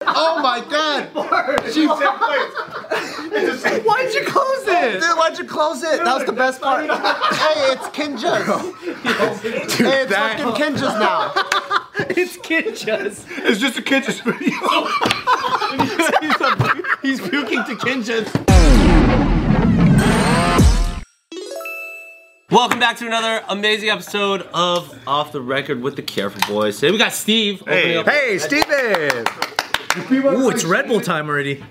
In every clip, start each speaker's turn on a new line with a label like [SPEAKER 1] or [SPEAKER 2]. [SPEAKER 1] Oh
[SPEAKER 2] my god! She,
[SPEAKER 1] Why'd you close it?
[SPEAKER 2] dude, why'd you close it? That was the best part. hey, it's Kinja's. hey, it's
[SPEAKER 3] that-
[SPEAKER 2] fucking Kinja's now.
[SPEAKER 1] It's Kinjas.
[SPEAKER 3] It's just a kitchen video.
[SPEAKER 1] he's, he's puking to Kinjas. Welcome back to another amazing episode of Off the Record with the Careful Boys. Today we got Steve opening up.
[SPEAKER 2] Hey, Steven!
[SPEAKER 1] Ooh, it's Red Bull time already.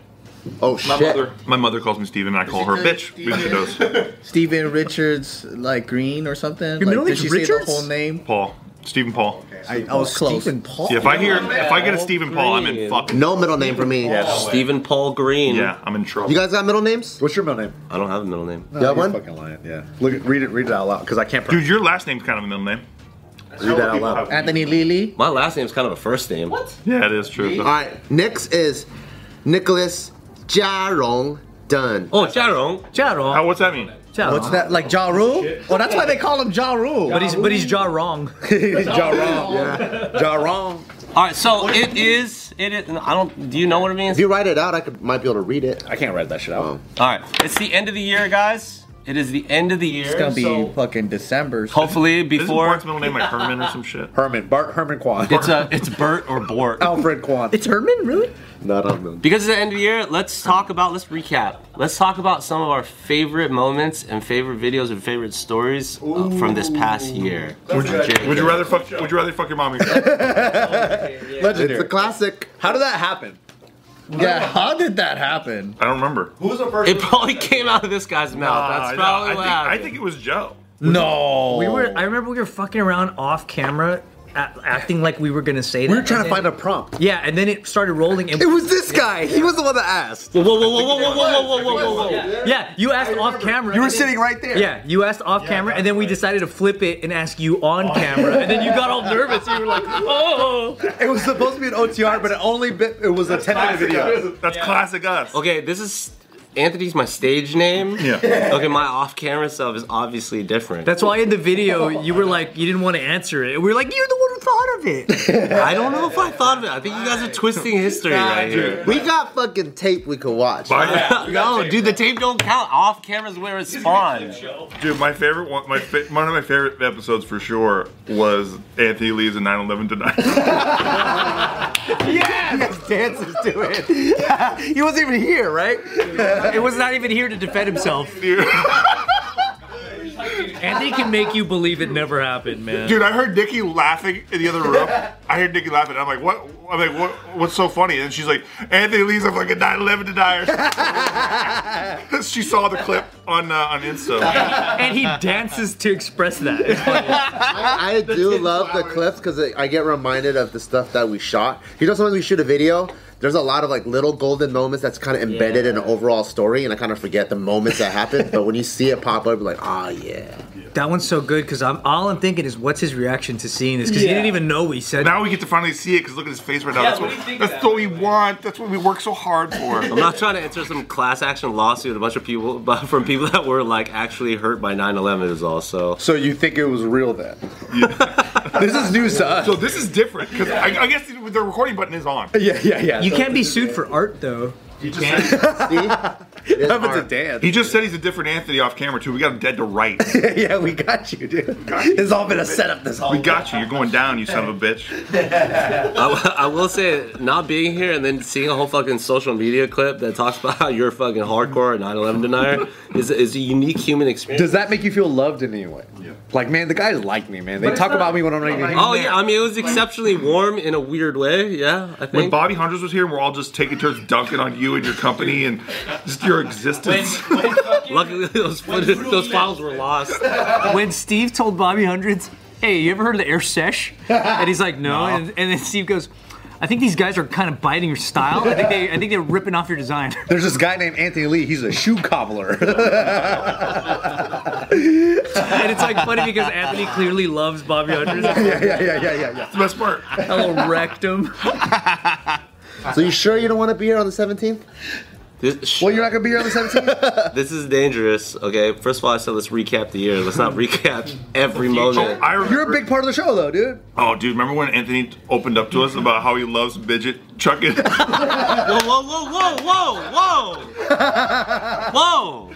[SPEAKER 2] Oh shit.
[SPEAKER 3] My mother calls me Steven, I call her bitch. We do those.
[SPEAKER 4] Steven Richards, like Green or something. Your
[SPEAKER 1] middle
[SPEAKER 4] like, did
[SPEAKER 1] name's
[SPEAKER 4] she
[SPEAKER 1] Richards?
[SPEAKER 4] Say the whole name.
[SPEAKER 3] Paul. Stephen Paul.
[SPEAKER 4] I, I
[SPEAKER 2] oh,
[SPEAKER 4] was close. Stephen Paul.
[SPEAKER 3] See, if I hear, if I get a Stephen Paul, I'm in
[SPEAKER 1] Green.
[SPEAKER 3] fucking.
[SPEAKER 2] No middle name for me.
[SPEAKER 1] Stephen Paul Green.
[SPEAKER 3] Yeah, I'm in trouble.
[SPEAKER 2] You guys got middle names?
[SPEAKER 4] What's your middle name?
[SPEAKER 1] I don't have a middle name.
[SPEAKER 2] You
[SPEAKER 4] You're
[SPEAKER 2] got one?
[SPEAKER 4] fucking lying. Yeah. Look, at- read it. Read it out loud because I can't
[SPEAKER 3] Dude, your last name's kind of a middle name.
[SPEAKER 4] read that out loud. Anthony Lily.
[SPEAKER 1] My last name's kind of a first name. What?
[SPEAKER 3] Yeah, it is true.
[SPEAKER 2] All right. Next is Nicholas Jarong Dunn.
[SPEAKER 1] Oh, Jarong.
[SPEAKER 4] Jarong.
[SPEAKER 3] How, what's that mean?
[SPEAKER 4] What's that? Like Ja Rule? Oh, that's why they call him Ja Rule. But he's but he's Ja Wrong. he's Ja Wrong. Yeah. Ja Wrong.
[SPEAKER 1] All right, so it is. It is. I don't. Do you know what it means?
[SPEAKER 2] If you write it out, I could might be able to read it.
[SPEAKER 4] I can't write that shit out.
[SPEAKER 1] All right, it's the end of the year, guys. It is the end of the year.
[SPEAKER 4] It's gonna be
[SPEAKER 1] so
[SPEAKER 4] fucking December.
[SPEAKER 1] hopefully
[SPEAKER 3] Isn't
[SPEAKER 1] before
[SPEAKER 3] Bart's middle name like Herman or some shit?
[SPEAKER 4] Herman Bart Herman Quan.
[SPEAKER 1] it's a it's Bert or Bort.
[SPEAKER 4] Alfred Quan. It's Herman, really?
[SPEAKER 2] Not on them.
[SPEAKER 1] Because it's the end of the year, let's talk about, let's recap. Let's talk about some of our favorite moments and favorite videos and favorite stories uh, from this past year.
[SPEAKER 3] Would you, would you rather fuck? Would you rather fuck your mom? Or your dad?
[SPEAKER 2] It's a
[SPEAKER 4] Legendary.
[SPEAKER 2] classic.
[SPEAKER 4] How did that happen? Yeah, how did that happen?
[SPEAKER 3] I don't remember.
[SPEAKER 5] Who's the first?
[SPEAKER 1] It probably came out of this guy's mouth. That's
[SPEAKER 3] Uh,
[SPEAKER 1] probably
[SPEAKER 3] I,
[SPEAKER 1] what
[SPEAKER 3] think, I
[SPEAKER 1] happened.
[SPEAKER 3] think it was Joe.
[SPEAKER 4] No.
[SPEAKER 6] We were. I remember we were fucking around off camera, a acting like we were gonna say that.
[SPEAKER 4] We were trying to
[SPEAKER 6] and
[SPEAKER 4] find a
[SPEAKER 6] then-
[SPEAKER 4] prompt.
[SPEAKER 6] Yeah, and then it started rolling. And
[SPEAKER 2] It was this guy. He was the one that asked.
[SPEAKER 1] Whoa, whoa, whoa, whoa, whoa, whoa, whoa, whoa, whoa, whoa, whoa.
[SPEAKER 6] yeah, you asked off camera.
[SPEAKER 4] You were
[SPEAKER 6] and then-
[SPEAKER 4] sitting right there.
[SPEAKER 6] Yeah, you asked off camera, and then we decided to flip it and ask you on camera, and then you got all nervous. You were like, "Oh,
[SPEAKER 4] It was supposed to be an OTR, but it only bit, it was a 10 minute video.
[SPEAKER 3] That's classic us.
[SPEAKER 1] Okay, this is Anthony's my stage name.
[SPEAKER 3] Yeah.
[SPEAKER 1] Okay, my off-camera stuff is obviously different.
[SPEAKER 6] that's why in the video you were like, you didn't want to answer it. We were like, you're the one who thought of it."
[SPEAKER 1] I don't know if I thought of it. I think you guys are twisting history right here.
[SPEAKER 2] We got fucking tape we could watch.
[SPEAKER 3] Bye.
[SPEAKER 1] no, dude, the tape don't count. Off camera's where it spawned.
[SPEAKER 3] Dude, my favorite one, my fa- one of my favorite episodes for sure was Anthony Lee's and 9/11 tonight.
[SPEAKER 4] Dances to it. he wasn't even here, right?
[SPEAKER 6] It was not even here to defend himself.
[SPEAKER 3] Dude.
[SPEAKER 6] Anthony can make you believe it never happened, man.
[SPEAKER 3] Dude, I heard Nikki laughing in the other room. I heard Nikki laughing. I'm like, what? I'm like, what? What's so funny? And she's like, Anthony Lee's a fucking 9/11 denier. she saw the clip on uh, on Insta.
[SPEAKER 6] And he dances to express that.
[SPEAKER 2] I do love the clips because I get reminded of the stuff that we shot. You know, sometimes we shoot a video. There's a lot of like little golden moments that's kind of embedded in an overall story, and I kind of forget the moments that happened. but when you see it pop up, you're like, ah, yeah.
[SPEAKER 6] That one's so good because I'm all I'm thinking is what's his reaction to seeing this because he didn't even know we said.
[SPEAKER 3] Now we get to finally see it because look at his face right now. that's what, that's what we want. That's what we work so hard for.
[SPEAKER 1] I'm not trying to enter some class action lawsuit with a bunch of people, but from people that were like actually hurt by 9/11 is also.
[SPEAKER 4] So you think it was real then? this is news to us.
[SPEAKER 3] so this is different because I, I guess the recording button is on.
[SPEAKER 4] Yeah, yeah, yeah.
[SPEAKER 6] You can't be sued for art though.
[SPEAKER 2] It is
[SPEAKER 4] That was a
[SPEAKER 2] art.
[SPEAKER 4] dance.
[SPEAKER 3] He just said he's a different Anthony off camera too. We got him dead to rights.
[SPEAKER 4] yeah, we got you, dude. It's all been a setup this whole
[SPEAKER 3] We got you. You're going down, you son of a bitch.
[SPEAKER 1] I, I will say, not being here and then seeing a whole fucking social media clip that talks about how you're fucking hardcore 9/11 denier is is a unique human experience.
[SPEAKER 4] Does that make you feel loved in any way? Yeah. Like, man, the guys like me, man. They talk about me when I'm not even here.
[SPEAKER 1] Oh yeah, I mean it was exceptionally warm in a weird way. Yeah, I
[SPEAKER 3] When
[SPEAKER 1] think.
[SPEAKER 3] Bobby Hunters was here, we're all just taking turns dunking on you and your company and just your existence.
[SPEAKER 1] Luckily those footage, those files were lost.
[SPEAKER 6] When Steve told Bobby Hundreds, "Hey, you ever heard of the air sesh?" and he's like, "No,", And, and then Steve goes. I think these guys are kind of biting your style. I think they, I think they're ripping off your design.
[SPEAKER 4] There's this guy named Anthony Lee. He's a shoe cobbler.
[SPEAKER 6] and it's like funny because Anthony clearly loves Bobby Hundreds.
[SPEAKER 4] yeah, yeah, yeah, yeah, yeah, yeah.
[SPEAKER 3] That's the best part.
[SPEAKER 6] Hello, rectum.
[SPEAKER 2] So you sure you don't want to be here on the 17th?
[SPEAKER 1] This, sh-
[SPEAKER 2] Well, you're not gonna be here on the 17th.
[SPEAKER 1] this is dangerous. Okay, first of all, I said let's recap the year. Let's not recap every moment.
[SPEAKER 3] I remember.
[SPEAKER 2] you're a big part of the show, though, dude.
[SPEAKER 3] oh, dude, remember when Anthony opened up to us about how he loves midget chucking?
[SPEAKER 1] Whoa, whoa, whoa, whoa, whoa, whoa, whoa!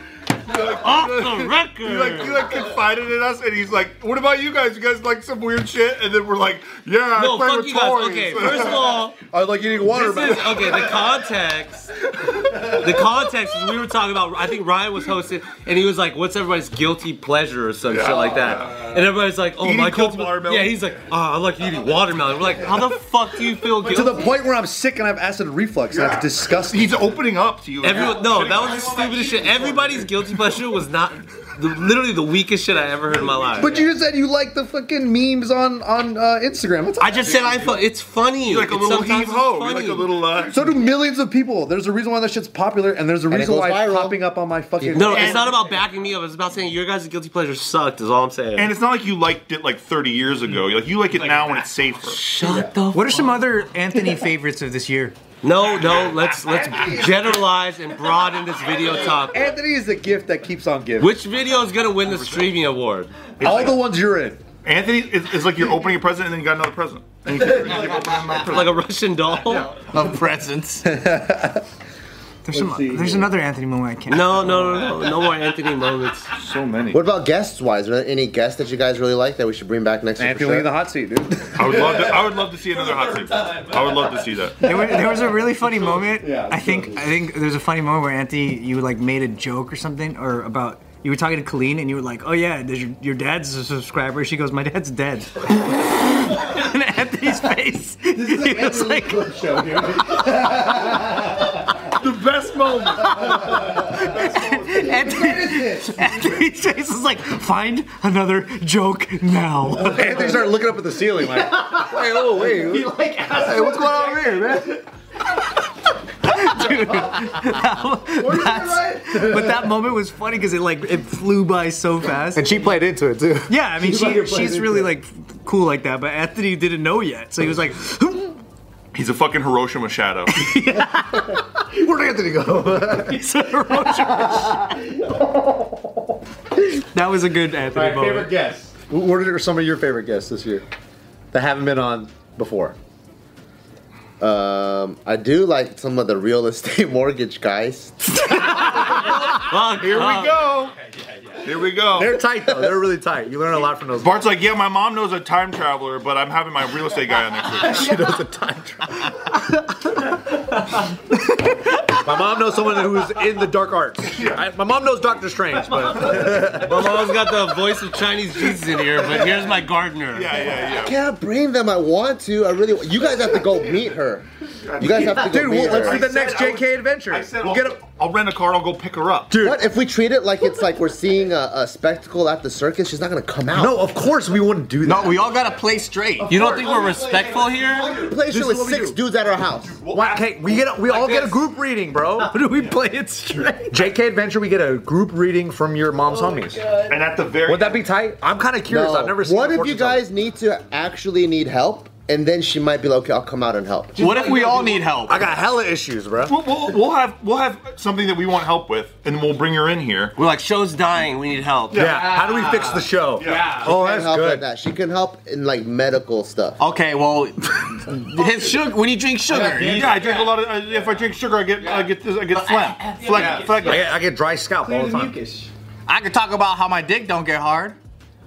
[SPEAKER 1] Off the
[SPEAKER 3] He like he
[SPEAKER 1] record.
[SPEAKER 3] like confided in us, and he's like, "What about you guys? You guys like some weird shit?" And then we're like, "Yeah,
[SPEAKER 1] No,
[SPEAKER 3] I play
[SPEAKER 1] fuck
[SPEAKER 3] with
[SPEAKER 1] you
[SPEAKER 3] toys."
[SPEAKER 1] guys. Okay, first of all,
[SPEAKER 2] I like eating water.
[SPEAKER 1] This is okay. The context. The context is we were talking about. I think Ryan was hosting, and he was like, "What's everybody's guilty pleasure or some shit like that?" And everybody's like, "Oh,
[SPEAKER 3] Eating
[SPEAKER 1] my
[SPEAKER 3] cold
[SPEAKER 1] guilty
[SPEAKER 3] watermelon.
[SPEAKER 1] Yeah, he's like, "Oh, I like eating watermelon." We're like, "How the fuck do you feel guilty?"
[SPEAKER 2] to the point where I'm sick and I have acid reflux. and That's disgusting.
[SPEAKER 3] he's opening up to you.
[SPEAKER 1] Everyone, no, that was the stupidest shit. Everybody's guilty pleasure was not the, literally the weakest shit I ever heard in my life.
[SPEAKER 2] But you just said you like the fucking memes on on uh, Instagram. That's
[SPEAKER 1] I just said I thought it's funny.
[SPEAKER 3] You're like a
[SPEAKER 1] It's
[SPEAKER 3] little
[SPEAKER 1] sometimes
[SPEAKER 3] heave ho.
[SPEAKER 1] funny.
[SPEAKER 3] Like a little. Uh,
[SPEAKER 2] so do millions of people. There's a reason why that shit's popular, and there's a
[SPEAKER 5] it
[SPEAKER 2] reason
[SPEAKER 5] goes
[SPEAKER 2] why it's
[SPEAKER 5] viral.
[SPEAKER 2] popping up on my fucking.
[SPEAKER 1] No, it's not about backing me up. It's about saying your guys' guilty pleasure sucked. Is all I'm saying.
[SPEAKER 3] and it's not like you liked it like 30 years ago. Like you like it now when it's safer.
[SPEAKER 1] Shut the
[SPEAKER 6] What are some other Anthony favorites of this year?
[SPEAKER 1] No, no, let's let's generalize and broaden this video topic.
[SPEAKER 2] Anthony is the gift that keeps on giving.
[SPEAKER 1] Which video is gonna win the streaming award?
[SPEAKER 2] All the ones you're in.
[SPEAKER 3] Anthony is, is like you're opening a present and then you got another present. And you keep- you keep-
[SPEAKER 1] Like a Russian doll?
[SPEAKER 5] Of presents.
[SPEAKER 6] There's some. There's another Anthony moment I can't.
[SPEAKER 1] No, no, no, no, no more Anthony moments.
[SPEAKER 3] so many.
[SPEAKER 2] What about guests wise? Are there any guests that you guys really like that we should bring back next year?
[SPEAKER 4] Anthony in the hot seat, dude.
[SPEAKER 3] I would love to. I would love to see another hot seat. I would love to see that.
[SPEAKER 6] There was, there was a really funny moment. I think I think there's a funny moment where Anthony, you like made a joke or something, or about you were talking to Colleen and you were like, "Oh yeah, does your, your dad's a subscriber." She goes, "My dad's dead." and Anthony's face, he was like,
[SPEAKER 3] The best moment.
[SPEAKER 6] Anthony, Anthony's face is like, "Find another joke now."
[SPEAKER 2] Anthony started looking up at the ceiling like, hey, oh, wait. hey, what's going on over here, man?
[SPEAKER 6] That's- but that moment was funny because it like it flew by so fast.
[SPEAKER 5] and she played into it too.
[SPEAKER 6] Yeah, I mean,
[SPEAKER 5] She's like your
[SPEAKER 6] she, she's
[SPEAKER 5] player,
[SPEAKER 6] really
[SPEAKER 5] too.
[SPEAKER 6] like cool like that, but Anthony didn't know yet, so he was like,
[SPEAKER 3] He's a fucking Hiroshima shadow.
[SPEAKER 5] Where'd Anthony go?
[SPEAKER 6] he's a Hiroshima. That was a good Anthony moment.
[SPEAKER 5] guest.
[SPEAKER 2] What are some of your favorite guests this year that haven't been on before? Um, I do like some of the real estate mortgage guys.
[SPEAKER 1] Fuck,
[SPEAKER 3] Here
[SPEAKER 1] uh,
[SPEAKER 3] we go. Here we go.
[SPEAKER 5] They're tight though. They're really tight. You learn a lot from those.
[SPEAKER 3] Bart's like, yeah, my mom knows a time traveler, but I'm having my real estate guy on next week.
[SPEAKER 5] She knows the time travel. my mom knows someone who's in the dark arts. I- my mom knows Doctor Strange, but
[SPEAKER 1] My mom's got the voice of Chinese Jesus in here, but here's my gardener.
[SPEAKER 3] Yeah, yeah, yeah.
[SPEAKER 2] Can't bring them. I want to. I really. You guys have to go meet her. You guys have to go
[SPEAKER 5] dude,
[SPEAKER 2] meet
[SPEAKER 5] we'll, let's
[SPEAKER 2] her.
[SPEAKER 5] do the
[SPEAKER 3] I
[SPEAKER 5] next
[SPEAKER 3] said I would-
[SPEAKER 5] JK adventure.
[SPEAKER 3] I said,
[SPEAKER 5] we'll
[SPEAKER 3] I'll,
[SPEAKER 5] get a,
[SPEAKER 3] I'll rent a car. I'll go pick her up. Dude,
[SPEAKER 2] What if we treat it like it's like we're seeing a, a spectacle at the circus? She's not gonna come out.
[SPEAKER 5] No, of course we wouldn't do that.
[SPEAKER 4] No, we all gotta play straight.
[SPEAKER 1] You don't think we're respectful here?
[SPEAKER 2] play show
[SPEAKER 5] is
[SPEAKER 2] with
[SPEAKER 5] what we
[SPEAKER 2] six
[SPEAKER 5] do.
[SPEAKER 2] dudes at our house.
[SPEAKER 5] Why- okay, we get a, we all get a
[SPEAKER 1] this.
[SPEAKER 5] group reading, bro.
[SPEAKER 4] How do we play it straight?
[SPEAKER 5] JK Adventure, we get a group reading from your mom's
[SPEAKER 3] Oh
[SPEAKER 5] homies.
[SPEAKER 3] and at the very
[SPEAKER 5] Would that be tight? I'm kind of curious. I've never seen.
[SPEAKER 2] what
[SPEAKER 5] a
[SPEAKER 2] if you
[SPEAKER 5] fortune
[SPEAKER 2] guys need to actually need help, and then she might be like, "Okay, I'll come out and help."
[SPEAKER 4] What if we all need help?
[SPEAKER 5] teller. I got hella issues, bro.
[SPEAKER 3] we'll, we'll, we'll have we'll have something that we want help with, and we'll bring her in here.
[SPEAKER 1] We're like, show's dying, we need help.
[SPEAKER 5] Yeah. How do we fix the show?
[SPEAKER 3] Yeah.
[SPEAKER 5] Oh,
[SPEAKER 2] She can
[SPEAKER 5] that's
[SPEAKER 2] help
[SPEAKER 5] good.
[SPEAKER 2] like that. She can help in like medical stuff.
[SPEAKER 4] Okay, well, his sugar. When you drink sugar, you-
[SPEAKER 3] Yeah, I drink a lot of. Uh, if I drink sugar, I get I get this. I get phlegm. Phlegm.
[SPEAKER 5] I
[SPEAKER 3] phlegm.
[SPEAKER 5] get, I get dry scalp all the time.
[SPEAKER 4] I could talk about how my dick don't get hard.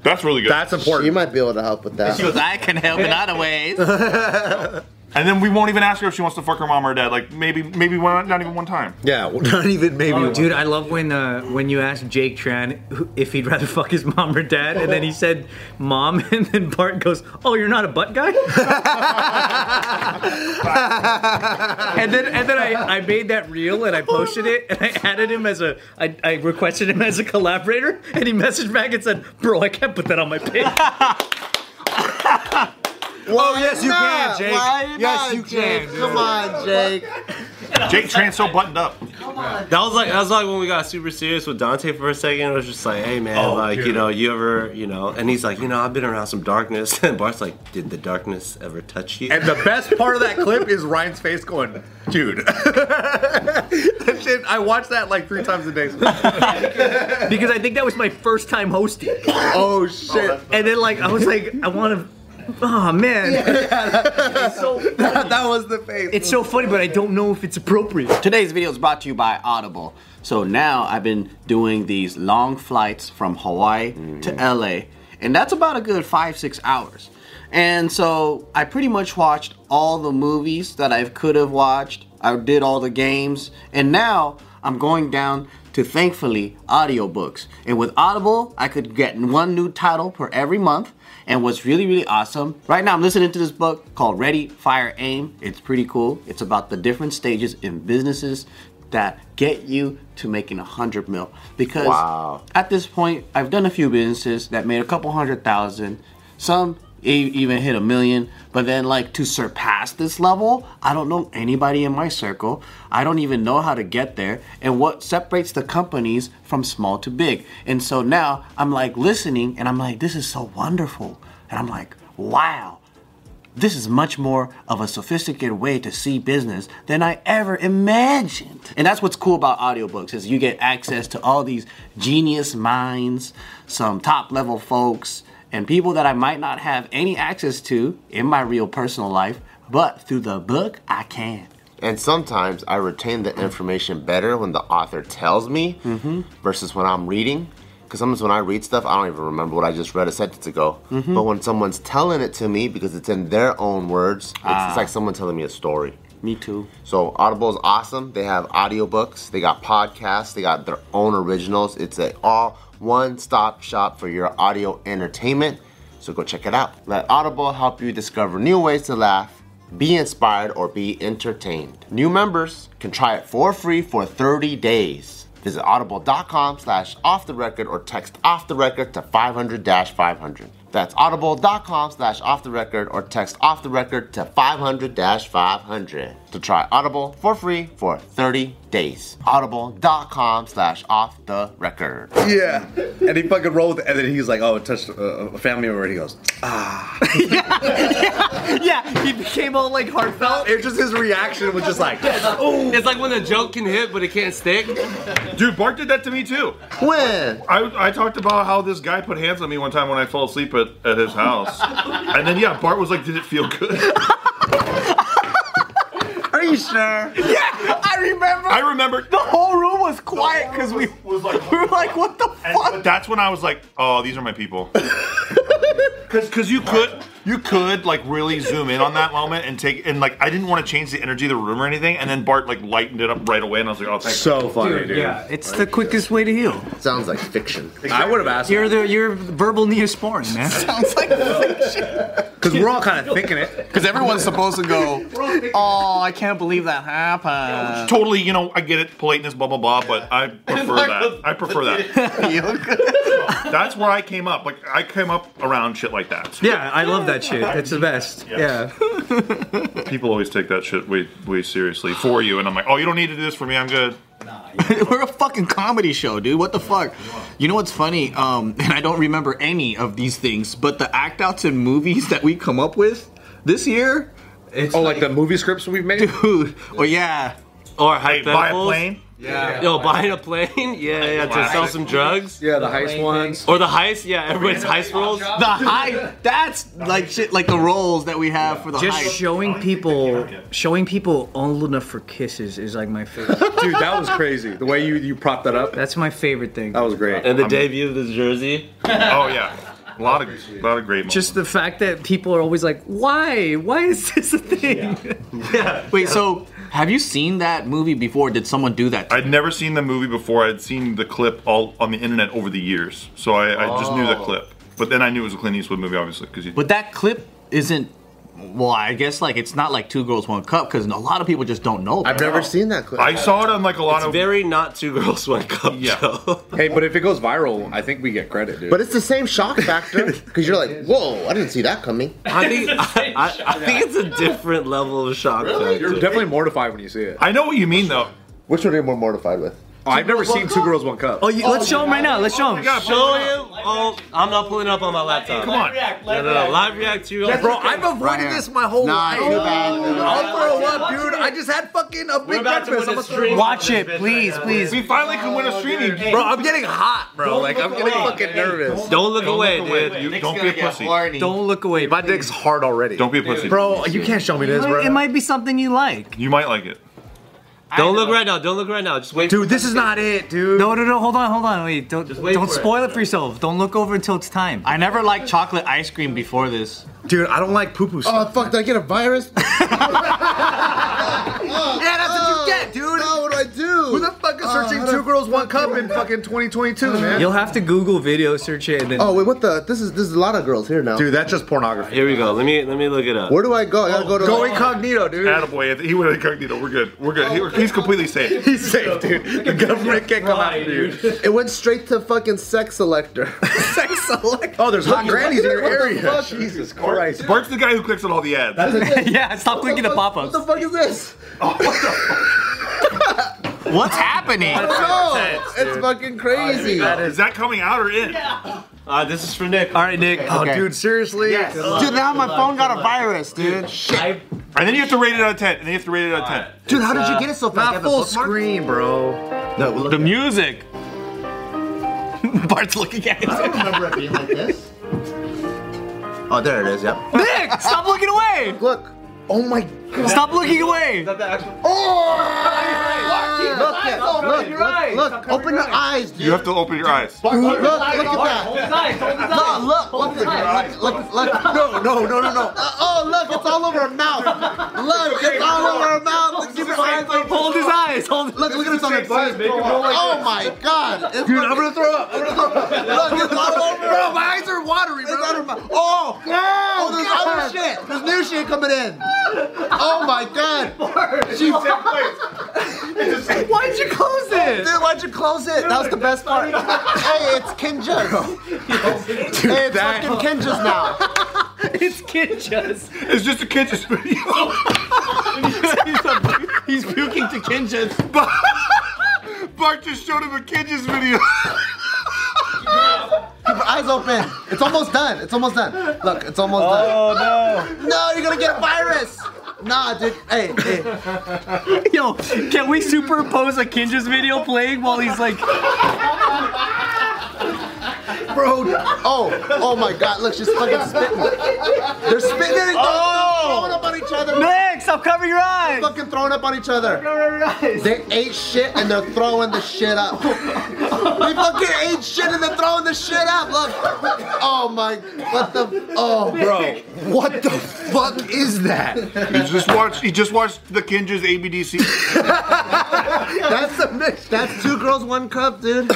[SPEAKER 3] That's really good.
[SPEAKER 5] That's
[SPEAKER 2] You
[SPEAKER 5] important.
[SPEAKER 2] might be able to help with that.
[SPEAKER 4] She goes, I can help in other ways.
[SPEAKER 3] and then we won't even ask her if she wants to fuck her mom or dad. Like maybe maybe one, not even one time.
[SPEAKER 5] yeah. well, Not even maybe. one.
[SPEAKER 6] Oh, Dude, I love when uh, when you asked Jake Tran who- if he'd rather fuck his mom or dad, and then he said mom, and then Bart goes, "Oh, you're not a butt guy." and then and then I, I made that reel and I posted it and I added him as a I, I requested him as a collaborator, and he messaged back and said, "Bro, I can't put that on my page."
[SPEAKER 5] Oh yes, you can, Jake.
[SPEAKER 2] Why
[SPEAKER 5] yes,
[SPEAKER 2] not,
[SPEAKER 5] you
[SPEAKER 2] Jake?
[SPEAKER 5] can. dude.
[SPEAKER 2] Come on, Jake.
[SPEAKER 3] Jake Tran's so buttoned up.
[SPEAKER 7] on.
[SPEAKER 1] That was like that was like when we got super serious with Dante for a second. It was just like, hey man,
[SPEAKER 3] Oh,
[SPEAKER 1] like you know, you ever you know, and he's like, you know, I've been around some darkness, and Bart's like, did the darkness ever touch you?
[SPEAKER 5] And the best part of that clip is Ryan's face going, dude. that shit, I watch that like three times a day.
[SPEAKER 4] because I think that was my first time hosting.
[SPEAKER 2] Oh shit!
[SPEAKER 4] And then like I was like, I want to. Oh man,
[SPEAKER 5] that was the face.
[SPEAKER 4] it's so funny, but I don't know if it's appropriate.
[SPEAKER 7] Today's video is brought to you by Audible. So now I've been doing these long flights from Hawaii to LA, and that's about a good five, six hours. And so I pretty much watched all the movies that I could have watched. I did all the games, and now I'm going down to thankfully audiobooks. And with Audible, I could get one new title per every month. And what's really, really awesome, right now I'm listening to this book called Ready, Fire, Aim. It's pretty cool. It's about the different stages in businesses that get you to making a hundred mil. Because at this point, I've done a few businesses that made a couple hundred thousand, some e- even hit a million. But then, like, to surpass this level, I don't know anybody in my circle. I don't even know how to get there. And what separates the companies from small to big. And so now I'm like listening and I'm like, this is so wonderful. And I'm like, wow. This is much more of a sophisticated way to see business than I ever imagined. And that's what's cool about audiobooks is you get access to all these genius minds, some top level folks, and people that I might not have any access to in my real personal life, but through the book I can.
[SPEAKER 2] And sometimes I retain the information better when the author tells me versus when I'm reading. Because sometimes when I read stuff, I don't even remember what I just read a sentence ago. But when someone's telling it to me because it's in their own words, it's, it's like someone telling me a story.
[SPEAKER 7] Me too.
[SPEAKER 2] So Audible is awesome. They have audiobooks, they got podcasts, they got their own originals. It's a all one-stop shop for your audio entertainment. So go check it out. Let Audible help you discover new ways to laugh, be inspired, or be entertained. New members can try it for free for 30 days. Visit audible.com slash off the record or text off the record to 500 500. That's audible.com slash off the record or text off the record to 500 500 to try Audible for free for 30 days. Audible.com slash off the record.
[SPEAKER 5] Yeah. And he fucking rolled, and then he's like, oh, it touched uh, a family member. And he goes, ah.
[SPEAKER 4] Yeah, he became all like heartfelt.
[SPEAKER 5] it's just his reaction was just like,
[SPEAKER 1] It's like when a joke can hit but it can't stick.
[SPEAKER 3] Dude, Bart did that to me too.
[SPEAKER 2] When?
[SPEAKER 3] I, I talked about how this guy put hands on me one time when I fell asleep at, at his house. and then, yeah, Bart was like, did it feel good?
[SPEAKER 2] Are you sure?
[SPEAKER 7] I remember
[SPEAKER 3] I remember.
[SPEAKER 7] the whole room was quiet because we,
[SPEAKER 3] was like-
[SPEAKER 7] we were like, what the
[SPEAKER 3] And
[SPEAKER 7] fuck?
[SPEAKER 3] that's when I was like, oh, these are my people. Because you could you could like really zoom in on that moment and take and like I didn't want to change the energy of the room or anything and then Bart like lightened it up right away and I was like oh thank
[SPEAKER 5] so funny, dude.
[SPEAKER 6] Yeah, it's the quickest way to heal.
[SPEAKER 2] Sounds like fiction.
[SPEAKER 5] I would have asked
[SPEAKER 6] You're the you're verbal neosporin, man.
[SPEAKER 5] because we're all kind of thinking it.
[SPEAKER 7] Because everyone's supposed to go, oh, I can't believe that happened.
[SPEAKER 3] totally you know I get it politeness blah blah blah but I prefer that I prefer that that's where I came up like I came up around shit like that so
[SPEAKER 4] Yeah, I love that shit. It's the best. Yeah.
[SPEAKER 3] people always take that shit way way seriously for you and I'm like oh you don't need to do this for me I'm good
[SPEAKER 7] We're a fucking comedy show, dude. What the fuck? You know what's funny? Um, and I don't remember any of these things, but the act outs in movies that we come up with this year, it's
[SPEAKER 5] Oh, like the movie scripts we've made.
[SPEAKER 7] dude. Oh yeah,
[SPEAKER 1] Or
[SPEAKER 3] hey buy a
[SPEAKER 1] hypotheticals.
[SPEAKER 3] plane
[SPEAKER 5] Yeah.
[SPEAKER 1] Yo, buying a plane? Yeah, yeah, to sell some drugs.
[SPEAKER 5] Yeah, the heist ones.
[SPEAKER 1] Or the heist, yeah, everybody's heist rolls.
[SPEAKER 7] the high. That's like shit, like the roles that we have for the
[SPEAKER 6] Just
[SPEAKER 7] high.
[SPEAKER 6] showing people, showing people old enough for kisses is like my favorite.
[SPEAKER 5] Dude, that was crazy. The way you you propped that up, that
[SPEAKER 6] That's my favorite thing.
[SPEAKER 7] Oh.
[SPEAKER 5] was great.
[SPEAKER 1] And the debut of the jersey.
[SPEAKER 3] oh yeah a lot of a lot of great moments.
[SPEAKER 6] Just the fact that people are always like, why? Why is this a thing?
[SPEAKER 7] Wait, so have you seen that movie before? Did someone do that?
[SPEAKER 3] I'd never seen the movie before. I'd seen the clip all on the internet over the years, so I, I just knew the clip. But then I knew it was a Clint Eastwood movie, obviously, because
[SPEAKER 7] But that clip isn't. Well, I guess like it's not like two girls one cup because a lot of people just don't know.
[SPEAKER 2] I've
[SPEAKER 7] about it.
[SPEAKER 2] never seen that clip.
[SPEAKER 3] I saw it on like a lot
[SPEAKER 1] It's
[SPEAKER 3] of.
[SPEAKER 1] very not two girls, one cup
[SPEAKER 3] Oh. Yeah.
[SPEAKER 1] show.
[SPEAKER 5] Hey, but if it goes viral, I think we get credit, dude.
[SPEAKER 2] But it's the same shock factor because you're like, whoa, I didn't see that coming.
[SPEAKER 1] I think I, I, I think it's a different level of shock. factor.
[SPEAKER 5] You're definitely mortified when you see it.
[SPEAKER 3] I know what you mean though.
[SPEAKER 2] Which one are you more mortified with?
[SPEAKER 5] Oh, I've never seen Two Girls One Cup.
[SPEAKER 6] Oh, you, let's show him right now. Let's show him.
[SPEAKER 1] Show him. Oh, I'm not pulling it up on my laptop. Come on. No, no, no. Live react to you.
[SPEAKER 5] Bro, I've avoided
[SPEAKER 2] here.
[SPEAKER 5] this my whole
[SPEAKER 2] Nah,
[SPEAKER 5] life.
[SPEAKER 2] too bad.
[SPEAKER 7] Oh.
[SPEAKER 5] I'll throw up, dude. I just had fucking a
[SPEAKER 1] We're
[SPEAKER 5] big
[SPEAKER 1] about to
[SPEAKER 5] breakfast.
[SPEAKER 1] win
[SPEAKER 5] I'm
[SPEAKER 1] a
[SPEAKER 5] a
[SPEAKER 1] stream.
[SPEAKER 6] Watch it, please, please.
[SPEAKER 3] We finally can win a streaming game.
[SPEAKER 5] Bro, I'm getting hot, bro. like I'm getting fucking nervous.
[SPEAKER 1] Don't look away, dude.
[SPEAKER 3] You, don't be a pussy.
[SPEAKER 6] Don't look away.
[SPEAKER 5] My dick's hard already.
[SPEAKER 3] Don't be a pussy.
[SPEAKER 5] bro, you can't show me this, bro.
[SPEAKER 6] It might be something you like.
[SPEAKER 3] You might like it.
[SPEAKER 1] Don't look right now. Don't look right now. Just wait.
[SPEAKER 5] dude, this is not it, dude.
[SPEAKER 6] No, no, no. Hold on, hold on. Wait. Don't
[SPEAKER 1] wait
[SPEAKER 6] don't
[SPEAKER 1] for it.
[SPEAKER 6] spoil it. for yourself. Don't look over until it's time.
[SPEAKER 7] I never liked chocolate ice cream before this.
[SPEAKER 5] Dude, I don't like poo poo
[SPEAKER 2] Oh
[SPEAKER 5] stuff.
[SPEAKER 2] fuck! Did I get a virus?
[SPEAKER 5] yeah, that's what you get, dude.
[SPEAKER 2] Oh, what do I do?
[SPEAKER 5] Who the fuck is
[SPEAKER 2] Uh,
[SPEAKER 5] searching
[SPEAKER 2] how
[SPEAKER 5] Two
[SPEAKER 2] do-
[SPEAKER 5] Girls One Cup in fucking 2022, man?
[SPEAKER 6] You'll have to Google video search it and then.
[SPEAKER 2] Oh wait, what the? This is this is a lot of girls here now.
[SPEAKER 5] Dude, that's just pornography.
[SPEAKER 1] Here we go. Let me let me look it up.
[SPEAKER 2] where do I go? I gotta go to.
[SPEAKER 5] Go incognito, dude.
[SPEAKER 3] Attaboy. Anthony. He went incognito. We're good. We're good. He- he's completely safe.
[SPEAKER 5] He's safe, dude. The government can't come after you.
[SPEAKER 2] it went straight to fucking sex selector.
[SPEAKER 5] Sex select. Oh, there's hot grannies in your
[SPEAKER 2] What the
[SPEAKER 5] area.
[SPEAKER 2] fuck?
[SPEAKER 5] Jesus Christ.
[SPEAKER 3] Bart's the guy who clicks on all the ads.
[SPEAKER 6] yeah, stop clicking the pop
[SPEAKER 2] What
[SPEAKER 6] ups.
[SPEAKER 2] the fuck is this?
[SPEAKER 7] What's happening?
[SPEAKER 2] No, Oh, it's fucking crazy.
[SPEAKER 3] Is that coming out or in?
[SPEAKER 1] Uh, this is for Nick.
[SPEAKER 6] All right, Nick.
[SPEAKER 5] Oh, dude, seriously?
[SPEAKER 7] Dude, now my phone got a virus, dude.
[SPEAKER 3] And then you have to rate it out of 10. And then you have to rate it out of 10.
[SPEAKER 2] Dude, how did you get it so fast?
[SPEAKER 5] Not full screen, bro.
[SPEAKER 7] The music. Bart's looking at it.
[SPEAKER 2] remember it being like this. Oh, there it is. Yep.
[SPEAKER 6] Nick, stop looking away.
[SPEAKER 2] Look. Oh my god.
[SPEAKER 6] Stop looking away.
[SPEAKER 2] Look, at- look, look, look, open your eyes, dude.
[SPEAKER 3] You have to open your eyes.
[SPEAKER 2] Look, look, look at that. No, look, look, look, look, look. No, no, no, no, no. Oh, look, it's all over her mouth. Look, it's all over her mouth. Look, keep your eyes open.
[SPEAKER 6] Hold his eyes. Hold.
[SPEAKER 2] Look, look at this on his butt. Oh my god. Dude, I'm gonna throw up. I'm gonna throw up. Look, it's all over. Bro, my eyes are watery, bro. Oh, oh, there's other shit. There's new shit coming in. Oh my god. She,
[SPEAKER 6] Why'd you close it?
[SPEAKER 2] dude, why'd you close it? That was the best part. hey, it's Kinja's. hey, it's
[SPEAKER 5] that-
[SPEAKER 2] fucking Kinja's now.
[SPEAKER 6] It's Kinja's.
[SPEAKER 3] It's just a kid's video.
[SPEAKER 7] He's puking to Kinjas.
[SPEAKER 3] Bart just showed him a kid's video.
[SPEAKER 2] Keep your eyes open. It's almost done. It's almost done. Look, it's almost done. Oh no. No, you're gonna get a virus. Nah, dude. Hey, hey.
[SPEAKER 6] Yo, can we superimpose a Kinja's video playing while he's like?
[SPEAKER 2] Bro. Oh, oh my god, look, she's fucking spitting. They're spitting and oh. throwing up on each other.
[SPEAKER 6] Nick, stop covering your eyes.
[SPEAKER 2] Fucking throwing up on each other. They ate shit and they're throwing the shit up. they fucking ate shit and they're throwing the shit up. Look. Oh my. What the? Oh, bro. What the fuck is that?
[SPEAKER 3] he just watched. He just watched the Kinja's ABDC.
[SPEAKER 2] That's a mix. That's two girls, one cup, dude.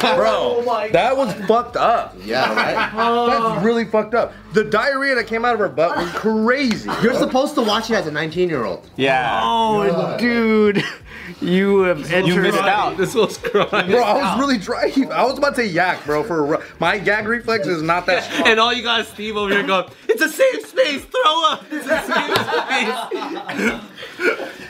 [SPEAKER 5] Bro, that was fucked up.
[SPEAKER 2] Yeah, right.
[SPEAKER 5] That's really fucked up. The diarrhea that came out of her butt was crazy.
[SPEAKER 2] You're supposed to watch it as a 19 year old.
[SPEAKER 7] Yeah.
[SPEAKER 6] Oh, dude, you have entered.
[SPEAKER 7] You missed out.
[SPEAKER 1] This was crying.
[SPEAKER 5] Bro, I was really dry. I was about to yak, bro. For a ru- my gag reflex is not that strong.
[SPEAKER 1] And all you got is Steve over here going, it's a safe space, throw up. It's a safe space.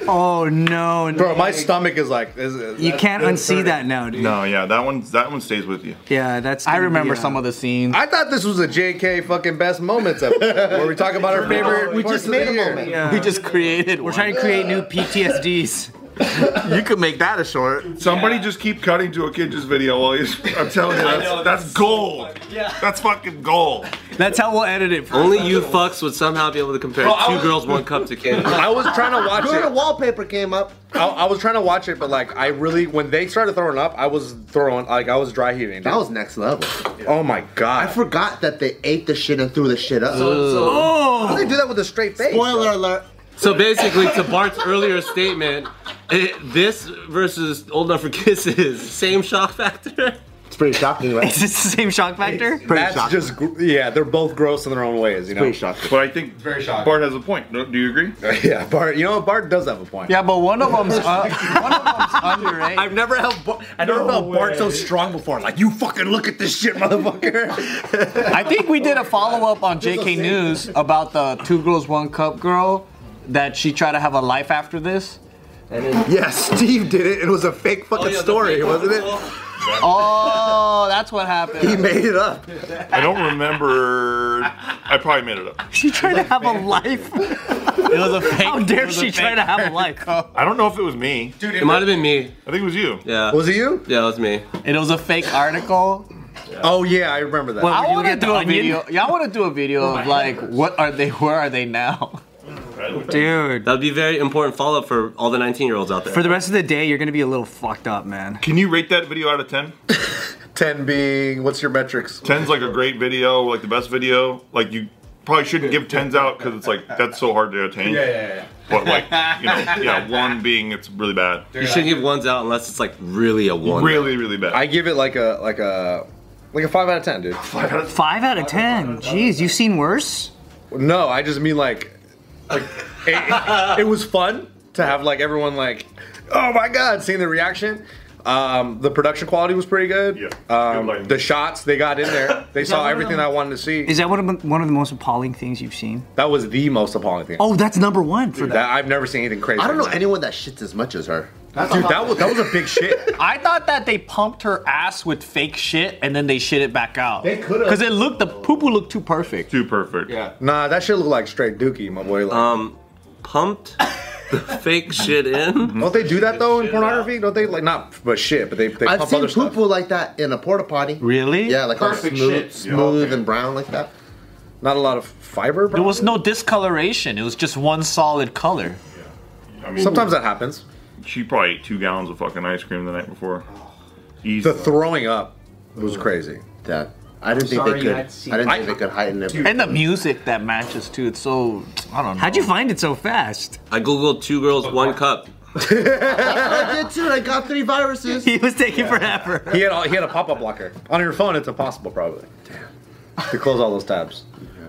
[SPEAKER 6] Oh no,
[SPEAKER 5] Bro, my stomach is like this. Is,
[SPEAKER 6] you can't unsee that now, dude.
[SPEAKER 3] no, yeah, that one. That one stays with you.
[SPEAKER 6] Yeah, that's. uh,
[SPEAKER 7] I remember some of the scenes.
[SPEAKER 5] I thought this was a JK fucking best moments episode where we talk about our favorite.
[SPEAKER 2] We
[SPEAKER 5] parts
[SPEAKER 2] just
[SPEAKER 5] of the
[SPEAKER 2] made a
[SPEAKER 5] year.
[SPEAKER 2] moment.
[SPEAKER 7] We just created
[SPEAKER 6] We're trying to create new PTSDs.
[SPEAKER 7] You could make that a short.
[SPEAKER 3] Somebody just keep cutting to a Kinja's video while he's. I'm telling you, that's, that's gold. That's fucking gold.
[SPEAKER 6] That's how we'll edit it. For
[SPEAKER 1] Only you fucks would somehow be able to compare two girls, one cup to Canada.
[SPEAKER 5] I was trying to watch
[SPEAKER 2] Good
[SPEAKER 5] it.
[SPEAKER 2] wallpaper came up.
[SPEAKER 5] I, I was trying to watch it, but like I really, when they started throwing up, I was throwing like I was dry heaving.
[SPEAKER 2] That was next level.
[SPEAKER 5] oh my
[SPEAKER 2] I
[SPEAKER 5] god!
[SPEAKER 2] forgot that they ate the shit and threw the shit up.
[SPEAKER 5] How do they do that with a straight face?
[SPEAKER 2] Spoiler alert.
[SPEAKER 1] So basically, to Bart's earlier statement, it, this versus Old Enough for Kisses, same shock factor.
[SPEAKER 2] It's pretty shocking, right?
[SPEAKER 6] is this the same shock factor?
[SPEAKER 5] That's just gr- yeah. They're both gross in their own ways, you know.
[SPEAKER 2] Pretty shocking.
[SPEAKER 3] But I think Bart has a point. No, do you agree?
[SPEAKER 5] yeah, Bart. You know what? Bart does have a point.
[SPEAKER 7] Yeah, but one of them's, uh, one of them's underage.
[SPEAKER 5] I've never held. Bar- I never felt Bart so strong before. Like you fucking look at this shit, motherfucker.
[SPEAKER 7] I think we did a follow up on JK News about the two girls, one cup girl that she tried to have a life after this.
[SPEAKER 1] And then
[SPEAKER 5] Yeah, Steve did it. It was a Oh, fake fucking
[SPEAKER 1] yeah, the
[SPEAKER 5] story,
[SPEAKER 1] fake
[SPEAKER 5] wasn't it?
[SPEAKER 1] article.
[SPEAKER 7] Oh, that's what happened.
[SPEAKER 5] He made it up.
[SPEAKER 3] I don't remember. I probably made it up.
[SPEAKER 7] She tried to have a life.
[SPEAKER 4] It was a fake.
[SPEAKER 7] How dare she try to have a life?
[SPEAKER 3] I don't know if it was me. I
[SPEAKER 1] It might have been me.
[SPEAKER 3] think it was you.
[SPEAKER 1] Yeah.
[SPEAKER 5] Was it you?
[SPEAKER 1] Yeah, it was me.
[SPEAKER 7] And it was a fake article.
[SPEAKER 5] Oh yeah, I remember that.
[SPEAKER 7] I want to
[SPEAKER 6] get the
[SPEAKER 7] do a
[SPEAKER 6] onion?
[SPEAKER 7] video. Yeah, I want to do a video of like, what are they? Where are they now?
[SPEAKER 6] Dude,
[SPEAKER 1] That'd be very important follow up for all the 19 year olds out there.
[SPEAKER 6] for the rest of the day, you're gonna be a little fucked up, man.
[SPEAKER 3] Can you rate that video out of 10?
[SPEAKER 5] Ten being what's your metrics?
[SPEAKER 3] 10's like a great video, like the best video. Like you probably shouldn't give 10s out because it's like that's so hard to attain.
[SPEAKER 5] yeah,
[SPEAKER 3] But like, you know, yeah, one being it's really bad.
[SPEAKER 1] you shouldn't give ones out unless it's like really a one.
[SPEAKER 3] Really, really bad.
[SPEAKER 5] I give it like a like a like a five out of ten, dude.
[SPEAKER 6] Five out of ten. Jeez, you've seen worse.
[SPEAKER 5] No, I just mean like, like it, it- it was fun to have like everyone like, oh my god, seeing the reaction. Um, the production quality was pretty good.
[SPEAKER 3] Yeah. Good
[SPEAKER 5] Um,
[SPEAKER 3] lighting.
[SPEAKER 5] the shots they got in there, they saw everything I wanted to see.
[SPEAKER 6] Is that one of the, one of the most appalling things you've seen?
[SPEAKER 5] that was the most appalling thing.
[SPEAKER 6] Oh, that's number one for that.
[SPEAKER 5] That I've never seen anything crazy.
[SPEAKER 2] I don't know
[SPEAKER 5] like
[SPEAKER 2] anyone that shits as much as her.
[SPEAKER 5] that. dude. That was that was a big shit.
[SPEAKER 7] I thought that they pumped her ass with fake shit and then they shit it back out. They
[SPEAKER 5] could've.
[SPEAKER 7] Because it looked the poo poo looked too perfect.
[SPEAKER 3] Too perfect. Yeah.
[SPEAKER 5] Nah, that shit looked like straight dookie, my boy. Like,
[SPEAKER 2] Um,
[SPEAKER 1] Pumped the fake shit in.
[SPEAKER 5] don't they do that though in
[SPEAKER 1] shit
[SPEAKER 5] pornography? Don't they like not but shit, but they they
[SPEAKER 2] I've
[SPEAKER 5] pump
[SPEAKER 2] seen
[SPEAKER 5] other
[SPEAKER 2] poo
[SPEAKER 5] stuff.
[SPEAKER 2] poo like that in a porta potty.
[SPEAKER 7] Really?
[SPEAKER 2] Yeah, like all smooth, smooth and brown like that.
[SPEAKER 5] Not a lot of fiber.
[SPEAKER 7] There was
[SPEAKER 5] probably?
[SPEAKER 7] no discoloration. It was just one solid color.
[SPEAKER 3] I mean,
[SPEAKER 5] Sometimes that happens.
[SPEAKER 3] she probably ate two gallons of fucking ice cream the night before. Easy.
[SPEAKER 5] The throwing up was crazy.
[SPEAKER 2] That I didn't think
[SPEAKER 4] sorry
[SPEAKER 2] they
[SPEAKER 4] you
[SPEAKER 2] could. I
[SPEAKER 4] had to see
[SPEAKER 2] didn't
[SPEAKER 5] that.
[SPEAKER 2] think they could heighten it.
[SPEAKER 7] And the music that matches too. It's so I don't know.
[SPEAKER 6] How'd you find it so fast?
[SPEAKER 1] I googled two girls, one cup.
[SPEAKER 2] I did too. and I got three viruses.
[SPEAKER 6] He was taking forever.
[SPEAKER 5] He had a, he had a pop up blocker on your phone. It's impossible, probably. Damn. To close all those tabs.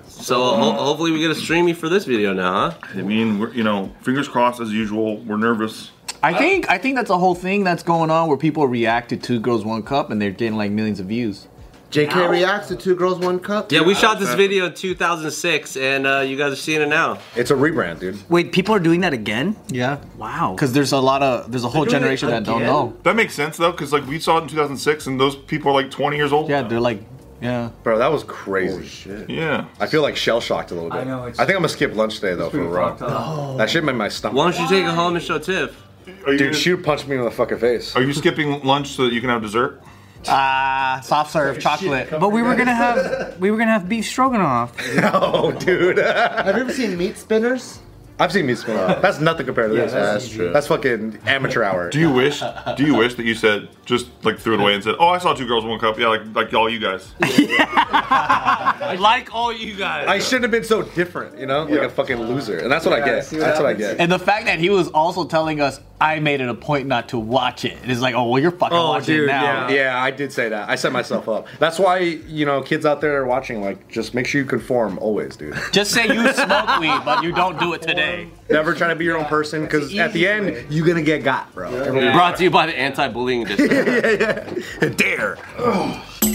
[SPEAKER 1] So ho- hopefully we get a streamy for this video now, huh?
[SPEAKER 3] I mean, we're, you know, fingers crossed as usual. We're nervous.
[SPEAKER 7] I think I think that's a whole thing that's going on where people reacted to Two Girls One Cup and they're getting like millions of views.
[SPEAKER 2] JK reacts to two girls, one cup.
[SPEAKER 1] Yeah, we shot this video in 2006, and uh, you guys are seeing it now.
[SPEAKER 5] It's a rebrand, dude.
[SPEAKER 6] Wait, people are doing that again?
[SPEAKER 7] Yeah.
[SPEAKER 6] Wow.
[SPEAKER 7] Because there's a lot of there's a whole
[SPEAKER 4] doing it
[SPEAKER 7] generation that don't
[SPEAKER 4] again?
[SPEAKER 7] know.
[SPEAKER 3] That makes sense though, because like we saw it in 2006, and those people are like 20 years old.
[SPEAKER 7] Yeah, they're like yeah.
[SPEAKER 5] Bro, that was crazy.
[SPEAKER 3] Yeah.
[SPEAKER 5] I feel like shell shocked a little bit. I
[SPEAKER 4] know, it's-
[SPEAKER 5] think I'm gonna skip lunch today though for a row. That shit made my stomach.
[SPEAKER 1] Why don't you take it home and show Tiff?
[SPEAKER 3] Are you,
[SPEAKER 5] Dude, she punched me in the fucking face.
[SPEAKER 3] are you skipping lunch so that you can have dessert?
[SPEAKER 7] Ah, soft serve chocolate.
[SPEAKER 6] But we were gonna have we were gonna have beef stroganoff.
[SPEAKER 5] No, dude.
[SPEAKER 2] Have you ever seen meat spinners?
[SPEAKER 5] I've seen meat spin. That's nothing compared to this.
[SPEAKER 2] Uh, that's true.
[SPEAKER 5] That's fucking amateur hour.
[SPEAKER 3] Do you wish? Do you wish that you said just like threw it away and said, "Oh, I saw two girls, one cup." Yeah, like like all you guys.
[SPEAKER 1] Like all you guys.
[SPEAKER 5] I shouldn't have been so different, you know, like a fucking loser. And that's what I get.
[SPEAKER 4] see what
[SPEAKER 5] that's what I
[SPEAKER 4] happens.
[SPEAKER 5] get.
[SPEAKER 7] And the fact that he was also telling us, I made it a point not to watch it. It's like, oh, well, you're fucking
[SPEAKER 1] Oh,
[SPEAKER 7] watching
[SPEAKER 1] dude,
[SPEAKER 7] it now.
[SPEAKER 5] Yeah, I did say that. I set myself up. That's why you know kids out there are watching. Like, just make sure you conform always, dude.
[SPEAKER 7] Just say you smoke weed, but you don't do it today.
[SPEAKER 5] Never try to be your own person because at the end you're gonna get got, bro.
[SPEAKER 1] Brought to you by the anti-bullying district.
[SPEAKER 5] Dare.